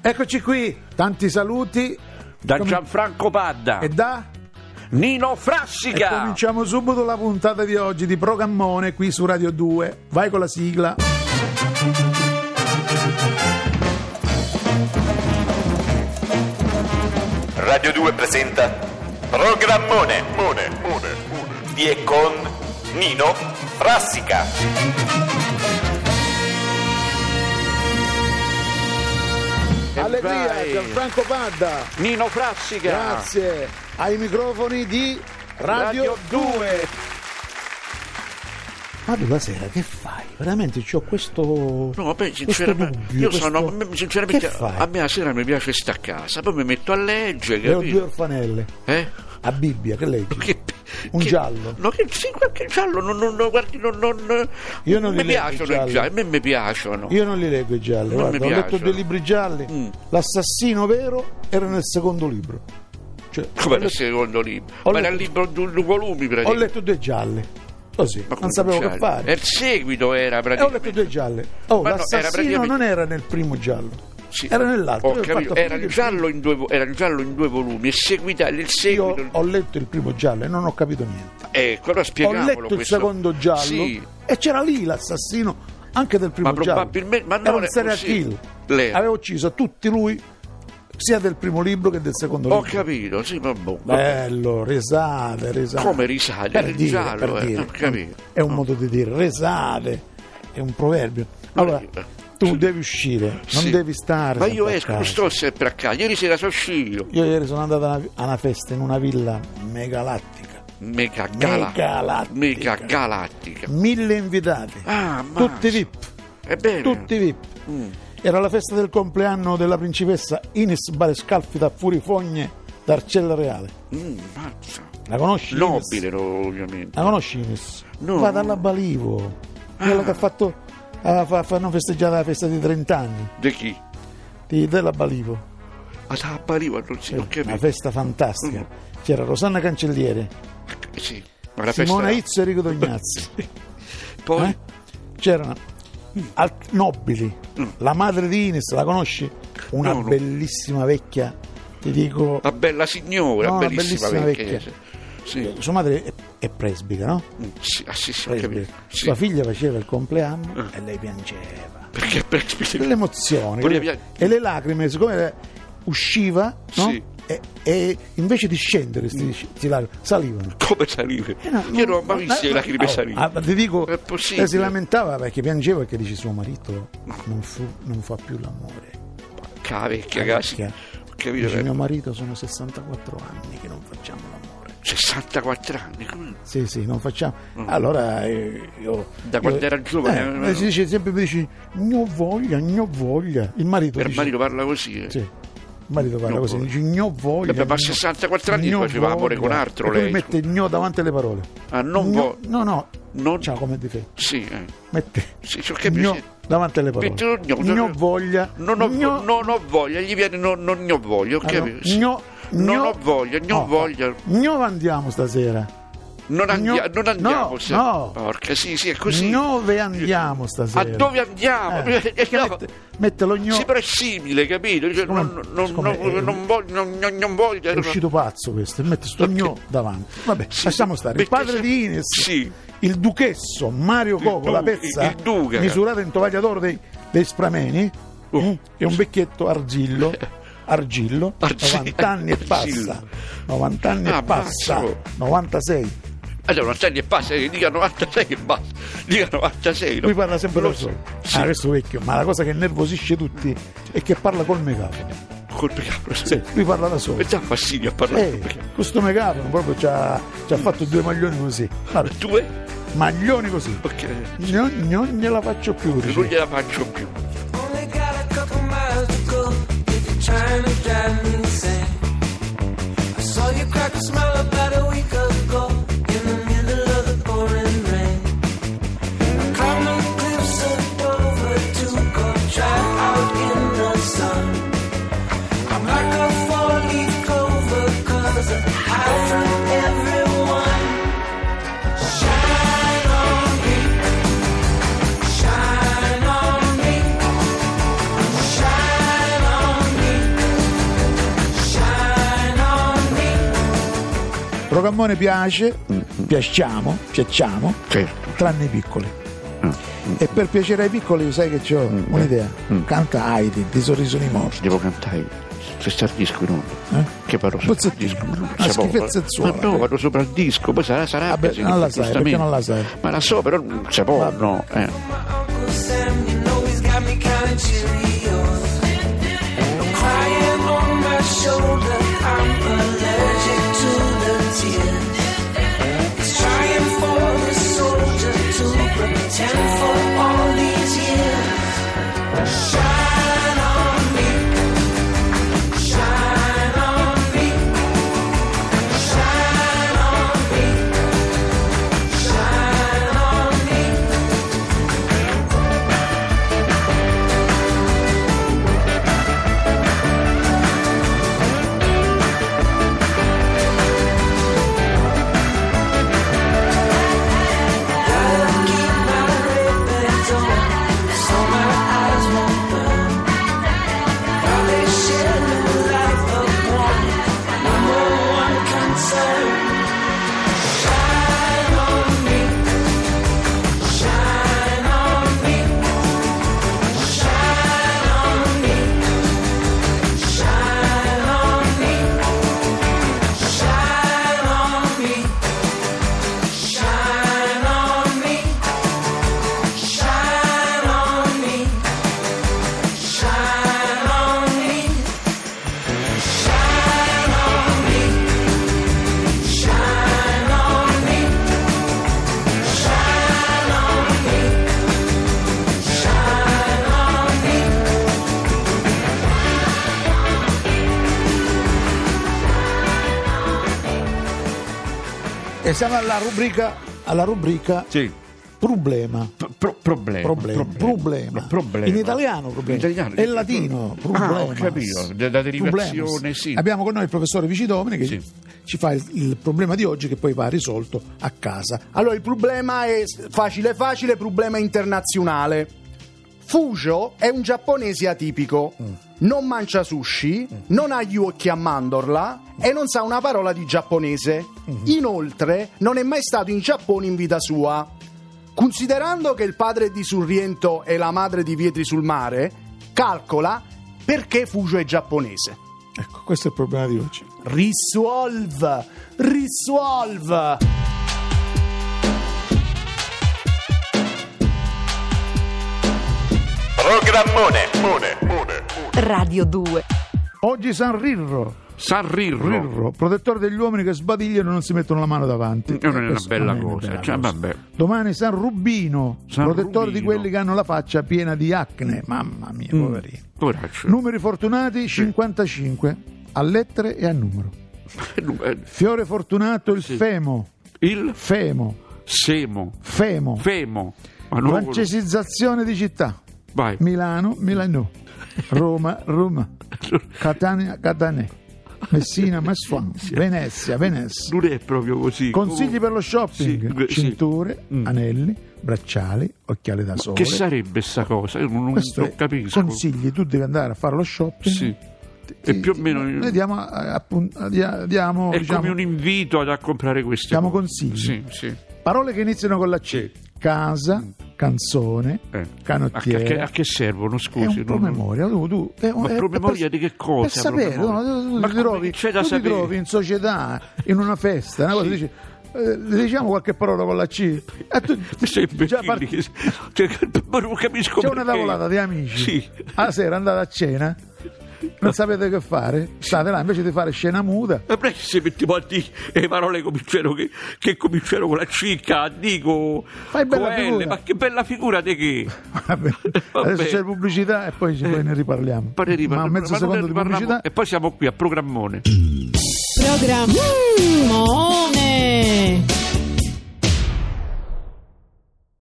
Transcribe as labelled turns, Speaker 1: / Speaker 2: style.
Speaker 1: Eccoci qui, tanti saluti
Speaker 2: Da
Speaker 1: Com-
Speaker 2: Gianfranco Padda,
Speaker 1: e da...
Speaker 2: Nino
Speaker 1: E
Speaker 2: Frassica.
Speaker 1: cominciamo subito la puntata di oggi di Programmone qui su Radio 2. Vai con la sigla.
Speaker 3: Radio 2 presenta Programmone Mone, mone, mone. di e con Nino Frassica.
Speaker 2: E
Speaker 1: Allegria,
Speaker 2: vai.
Speaker 1: Gianfranco Padda.
Speaker 2: Nino Frassica.
Speaker 1: Grazie. Ai microfoni di Radio,
Speaker 2: Radio 2.
Speaker 4: Ma tu la sera che fai? Veramente c'ho questo.
Speaker 5: No, beh,
Speaker 4: questo
Speaker 5: sinceramente,
Speaker 4: dubbio,
Speaker 5: io
Speaker 4: questo-
Speaker 5: sono, a me- sinceramente,
Speaker 4: Che fai?
Speaker 5: a me la sera mi piace stare a casa, poi mi metto a leggere,
Speaker 4: Le ho due
Speaker 5: capito?
Speaker 4: orfanelle.
Speaker 5: Eh?
Speaker 4: A Bibbia, che leggi?
Speaker 5: Che-
Speaker 4: Un
Speaker 5: che-
Speaker 4: giallo.
Speaker 5: No, che, sì, qualche giallo, non, non, non- guardi, non, non-
Speaker 4: Io non li
Speaker 5: mi
Speaker 4: leggo i
Speaker 5: piacciono
Speaker 4: gialli.
Speaker 5: i gialli, a me mi piacciono.
Speaker 4: Io non li leggo i gialli,
Speaker 5: Non mi
Speaker 4: guarda, ho letto
Speaker 5: piacciono.
Speaker 4: due libri gialli.
Speaker 5: Mm.
Speaker 4: L'assassino vero era nel secondo libro. Cioè,
Speaker 5: Come
Speaker 4: ho,
Speaker 5: era il
Speaker 4: letto,
Speaker 5: secondo libro?
Speaker 4: ho
Speaker 5: Ma era il
Speaker 4: letto-
Speaker 5: libro di un volumi,
Speaker 4: ho
Speaker 5: praticamente.
Speaker 4: letto due gialli. Così,
Speaker 5: Ma
Speaker 4: non
Speaker 5: come
Speaker 4: sapevo
Speaker 5: gialli?
Speaker 4: che fare.
Speaker 5: E il seguito era
Speaker 4: E ho letto
Speaker 5: praticamente.
Speaker 4: due gialli. Oh,
Speaker 5: Ma no, era
Speaker 4: l'assassino
Speaker 5: praticamente-
Speaker 4: non era nel primo giallo.
Speaker 5: Sì.
Speaker 4: Era nell'altro.
Speaker 5: Ho
Speaker 4: Io ho
Speaker 5: capito,
Speaker 4: fatto
Speaker 5: era,
Speaker 4: finire
Speaker 5: il
Speaker 4: il
Speaker 5: giallo in due, vo- era il giallo in due volumi e seguita, il
Speaker 4: Io
Speaker 5: seguito.
Speaker 4: ho letto il primo giallo e non ho capito niente.
Speaker 5: Ecco, allora
Speaker 4: Ho
Speaker 5: spieghiamolo
Speaker 4: letto il
Speaker 5: questo.
Speaker 4: secondo giallo
Speaker 5: Sì,
Speaker 4: e c'era lì l'assassino anche del primo
Speaker 5: Ma
Speaker 4: giallo.
Speaker 5: probabilmente- ma no,
Speaker 4: era un
Speaker 5: le-
Speaker 4: serial
Speaker 5: sì,
Speaker 4: kill.
Speaker 5: le-
Speaker 4: Aveva ucciso tutti lui, sia del primo libro che del secondo
Speaker 5: ho
Speaker 4: libro.
Speaker 5: capito, sì, ma boh.
Speaker 4: Bello, risate, risate.
Speaker 5: Come risate?
Speaker 4: eh, Per
Speaker 5: Il
Speaker 4: dire,
Speaker 5: giallo,
Speaker 4: per
Speaker 5: eh,
Speaker 4: dire.
Speaker 5: ho capito.
Speaker 4: È un modo di dire, risate, è un proverbio.
Speaker 5: Ma
Speaker 4: Allora,
Speaker 5: io-
Speaker 4: tu devi uscire, non
Speaker 5: eh. Sì.
Speaker 4: devi stare.
Speaker 5: Ma
Speaker 4: sempre
Speaker 5: io
Speaker 4: a
Speaker 5: esco, non
Speaker 4: casa.
Speaker 5: sto sempre a casa. Ieri sera sono uscito.
Speaker 4: Io ieri sono andato a una, a una festa in una villa megalattica,
Speaker 5: Mega gala-
Speaker 4: Megalattica.
Speaker 5: Mega galattica.
Speaker 4: mille invitati,
Speaker 5: Ah, Mm. ma.
Speaker 4: tutti VIP,
Speaker 5: Ebbene.
Speaker 4: tutti VIP. Era la festa del compleanno della principessa Ines Barescalfita Furifogne d'Arcella Reale.
Speaker 5: Mm, mazza.
Speaker 4: La conosci? Ines?
Speaker 5: Nobile, no, ovviamente.
Speaker 4: La conosci Ines?
Speaker 5: No.
Speaker 4: Va dalla Balivo, quella che ha fatto, ah, fa- fanno festeggiare la festa di 30 anni
Speaker 5: Di chi?
Speaker 4: di- della Balivo.
Speaker 5: A Tappariva non si ho
Speaker 4: Una
Speaker 5: capito.
Speaker 4: festa fantastica. C'era Rosanna Cancelliere,
Speaker 5: Sì, ma la
Speaker 4: Simona
Speaker 5: Mm. festa.
Speaker 4: Izzo e Enrico Dognazzi.
Speaker 5: Poi.
Speaker 4: Eh? C'erano alt- nobili, la madre di Ines, la conosci? Una
Speaker 5: Mm. No, Ah. no.
Speaker 4: bellissima vecchia, ti dico,
Speaker 5: La bella signora,
Speaker 4: No, la
Speaker 5: bellissima,
Speaker 4: bellissima
Speaker 5: vecchia. Sì,
Speaker 4: sua madre è, è presbita, no?
Speaker 5: sì, ah, sì, sì, ho
Speaker 4: Presbita.
Speaker 5: capito. Sì, Ah.
Speaker 4: Sua figlia faceva il compleanno e lei piangeva.
Speaker 5: perché per
Speaker 4: L'emozione
Speaker 5: Voleva
Speaker 4: capito?
Speaker 5: piangere.
Speaker 4: e le lacrime, siccome le- usciva, no?
Speaker 5: Sì.
Speaker 4: E, e invece di scendere, sti, sti lacrime, salivano.
Speaker 5: come salire?
Speaker 4: Eh,
Speaker 5: Io non ho mai visto le lacrime
Speaker 4: oh,
Speaker 5: salire.
Speaker 4: ah, ma ti dico,
Speaker 5: È possibile.
Speaker 4: lei si lamentava perché piangeva perché dice suo marito non, fu- non fa più l'amore.
Speaker 5: Cava vecchia,
Speaker 4: La
Speaker 5: casi.
Speaker 4: vecchia.
Speaker 5: Ho capito,
Speaker 4: Dice, mio marito sono 64 anni che non facciamo l'amore.
Speaker 5: 64 anni. come-
Speaker 4: Sì, sì, non facciamo. Allora eh, io.
Speaker 5: Mm. Da quando
Speaker 4: io-
Speaker 5: era giovane,
Speaker 4: eh,
Speaker 5: eh,
Speaker 4: si dice sempre mi dici no voglia, no voglia. Il marito
Speaker 5: Per
Speaker 4: dice.
Speaker 5: marito parla così. eh.
Speaker 4: Sì. Il marito parla
Speaker 5: No
Speaker 4: così,
Speaker 5: voglia.
Speaker 4: dice no voglia.
Speaker 5: Vabbè, ma a
Speaker 4: gno-
Speaker 5: 64 anni
Speaker 4: gno
Speaker 5: faceva amore
Speaker 4: voglia.
Speaker 5: con altro
Speaker 4: E poi
Speaker 5: lei,
Speaker 4: mette gno davanti alle parole.
Speaker 5: Ah, non
Speaker 4: Gno-
Speaker 5: vo-
Speaker 4: No, no.
Speaker 5: Non-
Speaker 4: Ciao come ti fai?
Speaker 5: Sì, eh.
Speaker 4: Mette
Speaker 5: Sì, ci ho capito,
Speaker 4: gno
Speaker 5: sì.
Speaker 4: davanti alle parole.
Speaker 5: Mette lo gno-
Speaker 4: Gno voglia.
Speaker 5: Non ho,
Speaker 4: gno-
Speaker 5: non ho voglia, gli viene non, non ne ho voglia, ho
Speaker 4: Ah, no.
Speaker 5: capito? Sì.
Speaker 4: Gno-
Speaker 5: non
Speaker 4: gno-
Speaker 5: ho voglia, non
Speaker 4: no.
Speaker 5: ho voglia.
Speaker 4: Gno Oh, andiamo stasera.
Speaker 5: Non, andia-
Speaker 4: Gno-
Speaker 5: non andiamo.
Speaker 4: no,
Speaker 5: sì.
Speaker 4: no.
Speaker 5: Porca, sì, sì, è così.
Speaker 4: Dove andiamo
Speaker 5: A
Speaker 4: stasera?
Speaker 5: dove andiamo?
Speaker 4: Eh,
Speaker 5: Eh,
Speaker 4: perché
Speaker 5: no.
Speaker 4: mette, mette lo gno-
Speaker 5: Si pressimile, capito? Cioè,
Speaker 4: Siccome-
Speaker 5: non, non-
Speaker 4: siccome
Speaker 5: non-
Speaker 4: è-
Speaker 5: non voglio, non, non- non voglio.
Speaker 4: È uscito pazzo questo, e mette sto gno davanti. Vabbè,
Speaker 5: Sì.
Speaker 4: lasciamo stare. Il
Speaker 5: Perché
Speaker 4: padre
Speaker 5: se-
Speaker 4: di Ines,
Speaker 5: Sì.
Speaker 4: il duchesso Mario Coco,
Speaker 5: du-
Speaker 4: la pezza
Speaker 5: il duca.
Speaker 4: misurata in tovaglia d'oro dei, dei Sprameni,
Speaker 5: Oh.
Speaker 4: mm, e un vecchietto argillo. Argillo,
Speaker 5: Argillo.
Speaker 4: 90 anni e passa,
Speaker 5: Argillo.
Speaker 4: 90 anni e
Speaker 5: Ah,
Speaker 4: passa,
Speaker 5: mazzo.
Speaker 4: 96.
Speaker 5: Allora, 90 e passa, eh, dica 96 e basta. Dica 96. no?
Speaker 4: Lui parla sempre
Speaker 5: Lo
Speaker 4: da
Speaker 5: so.
Speaker 4: solo.
Speaker 5: Sì,
Speaker 4: Ah, questo vecchio, ma la cosa che nervosisce tutti è che parla col megafono.
Speaker 5: col peccato.
Speaker 4: Sì, lui parla da solo.
Speaker 5: Mi dà fastidio a parlare
Speaker 4: Eh,
Speaker 5: col peccato.
Speaker 4: questo megafono proprio ci ha, ci ha fatto due maglioni così. Guarda,
Speaker 5: Due?
Speaker 4: maglioni così.
Speaker 5: Perché
Speaker 4: Non, non gliela faccio più. dice.
Speaker 5: non gliela faccio più.
Speaker 6: Only got a couple miles to go if you're trying to drive me insane. I saw you crack a smile about a week ago in the middle of the pouring rain. I climbed the cliffs of Dover to go dry out in the sun. I'm like a four-leaf clover 'cause I hide from everyone. Shine on me, shine on me.
Speaker 4: Programmone piace, piacciamo, piacciamo,
Speaker 5: Certo.
Speaker 4: tranne i piccoli. Ah. E per piacere ai piccoli sai che c'ho un'idea. Canta Heidi di Sorriso di Morte.
Speaker 5: Devo cantare. Se sta il disco in onda.
Speaker 4: Eh?
Speaker 5: Che vado sopra il
Speaker 4: Pozzettino,
Speaker 5: disco. non
Speaker 4: una
Speaker 5: sapevo.
Speaker 4: schifezza
Speaker 5: Ma no, vado sopra il disco, poi sarà sarà.
Speaker 4: Vabbè,
Speaker 5: sì,
Speaker 4: non la sai, perché
Speaker 5: giustamente.
Speaker 4: non la sai.
Speaker 5: Ma la so, però non sapevo, no. eh.
Speaker 6: My Uncle Sam, you know he's got me counting Cheerios. No crying on my shoulder, I'm allergic to the tears. He's trying for the soldier to pretend for all these years. Shine on me, shine on me, shine on me, shine on me. Shine on me, shine on me, shine on me.
Speaker 4: E siamo alla rubrica, alla rubrica
Speaker 5: Sì.
Speaker 4: problema.
Speaker 5: Pro- pro- problema,
Speaker 4: Problema. Problema.
Speaker 5: problema.
Speaker 4: In italiano problema.
Speaker 5: In italiano.
Speaker 4: È latino. Problema.
Speaker 5: Ah, ho capito. Da- da derivazione, sì.
Speaker 4: Abbiamo con noi il professore Vicidomini che
Speaker 5: Sì.
Speaker 4: ci fa il, il problema di oggi che poi va risolto a casa.
Speaker 7: Allora, il problema è facile, facile, problema internazionale. Fujo è un giapponese atipico. Non mangia sushi, non ha gli occhi a mandorla e non sa una parola di giapponese. Inoltre, non è mai stato in Giappone in vita sua. Considerando che il padre di Surriento e la madre di Vietri sul mare, calcola perché Fujo è giapponese.
Speaker 4: Ecco, questo è il problema di oggi.
Speaker 7: Risolve! Risolve!
Speaker 3: Programmone. Mone, mone, mone.
Speaker 8: Radio 2.
Speaker 4: Oggi San Rirro,
Speaker 5: Sanrirro.
Speaker 4: Rirro, protettore degli uomini che sbadigliano e non si mettono la mano davanti.
Speaker 5: Eh, Non è una
Speaker 4: Questo
Speaker 5: bella
Speaker 4: non è una
Speaker 5: cosa,
Speaker 4: bella
Speaker 5: cioè, vabbè.
Speaker 4: Domani San Rubino,
Speaker 5: San
Speaker 4: protettore di
Speaker 5: Rubino. Mm.
Speaker 4: quelli che hanno la faccia piena di acne. Mamma mia, poverini.
Speaker 5: Poraccio.
Speaker 4: Numeri fortunati 55, a lettere e a numero. Fiore fortunato il femo,
Speaker 5: eh, Il
Speaker 4: femo,
Speaker 5: semo.
Speaker 4: femo.
Speaker 5: Femo. Ma non-
Speaker 4: Francesizzazione di città.
Speaker 5: Vai.
Speaker 4: Milano, Milano. Roma, Roma. Catania, Catane. Messina, Massuan. Venezia, Venezia.
Speaker 5: Non è proprio così.
Speaker 4: Consigli per lo shopping:
Speaker 5: Sì, sì.
Speaker 4: cinture, anelli, bracciali, occhiali da sole.
Speaker 5: Che sarebbe sta cosa? Io non, non
Speaker 4: Questo
Speaker 5: lo
Speaker 4: è
Speaker 5: capisco.
Speaker 4: Consigli, tu devi andare a fare lo shopping.
Speaker 5: Sì.
Speaker 4: Ti-
Speaker 5: E più o
Speaker 4: ti-
Speaker 5: meno
Speaker 4: Noi diamo, eh, appun- dia- diamo,
Speaker 5: è
Speaker 4: diciamo,
Speaker 5: come un invito ad- a comprare queste
Speaker 4: Diamo
Speaker 5: cose.
Speaker 4: consigli.
Speaker 5: Sì, sì.
Speaker 4: parole che iniziano con la C:
Speaker 5: Sì.
Speaker 4: casa, canzone,
Speaker 5: Eh. A, che, a che-
Speaker 4: canottiera.
Speaker 5: a che servono, scusi?
Speaker 4: È un
Speaker 5: non-
Speaker 4: promemoria, tu, tu, è un-
Speaker 5: Ma
Speaker 4: è- è
Speaker 5: promemoria di che cosa,
Speaker 4: Per sapere, no, tu-
Speaker 5: promemoria?
Speaker 4: tu
Speaker 5: Ma
Speaker 4: ti
Speaker 5: come
Speaker 4: trovi,
Speaker 5: c'è da
Speaker 4: tu ti
Speaker 5: sapere?
Speaker 4: trovi in società, in una festa, una cosa, dici, eh, diciamo qualche parola con la C, e tu
Speaker 5: Sei
Speaker 4: già
Speaker 5: Già
Speaker 4: parti-
Speaker 5: cioè, ma non capisco
Speaker 4: c'è una
Speaker 5: perché.
Speaker 4: tavolata di amici,
Speaker 5: Sì.
Speaker 4: alla sera andate a cena, non sapete che fare, state là invece di fare scena muta,
Speaker 5: Ma perché Eh, se mettiamo a dire le parole cominciano che, che cominciano con la cicca, dico
Speaker 4: Fai bella figura.
Speaker 5: ma che bella figura di che?
Speaker 4: Vabbè,
Speaker 5: Vabbè.
Speaker 4: adesso c'è pubblicità e poi, poi ne riparliamo,
Speaker 5: Pare di-
Speaker 4: ma mezzo
Speaker 5: non ne
Speaker 4: secondo di
Speaker 5: riparliamo.
Speaker 4: pubblicità
Speaker 5: E poi siamo qui a programmone.
Speaker 9: Programmone.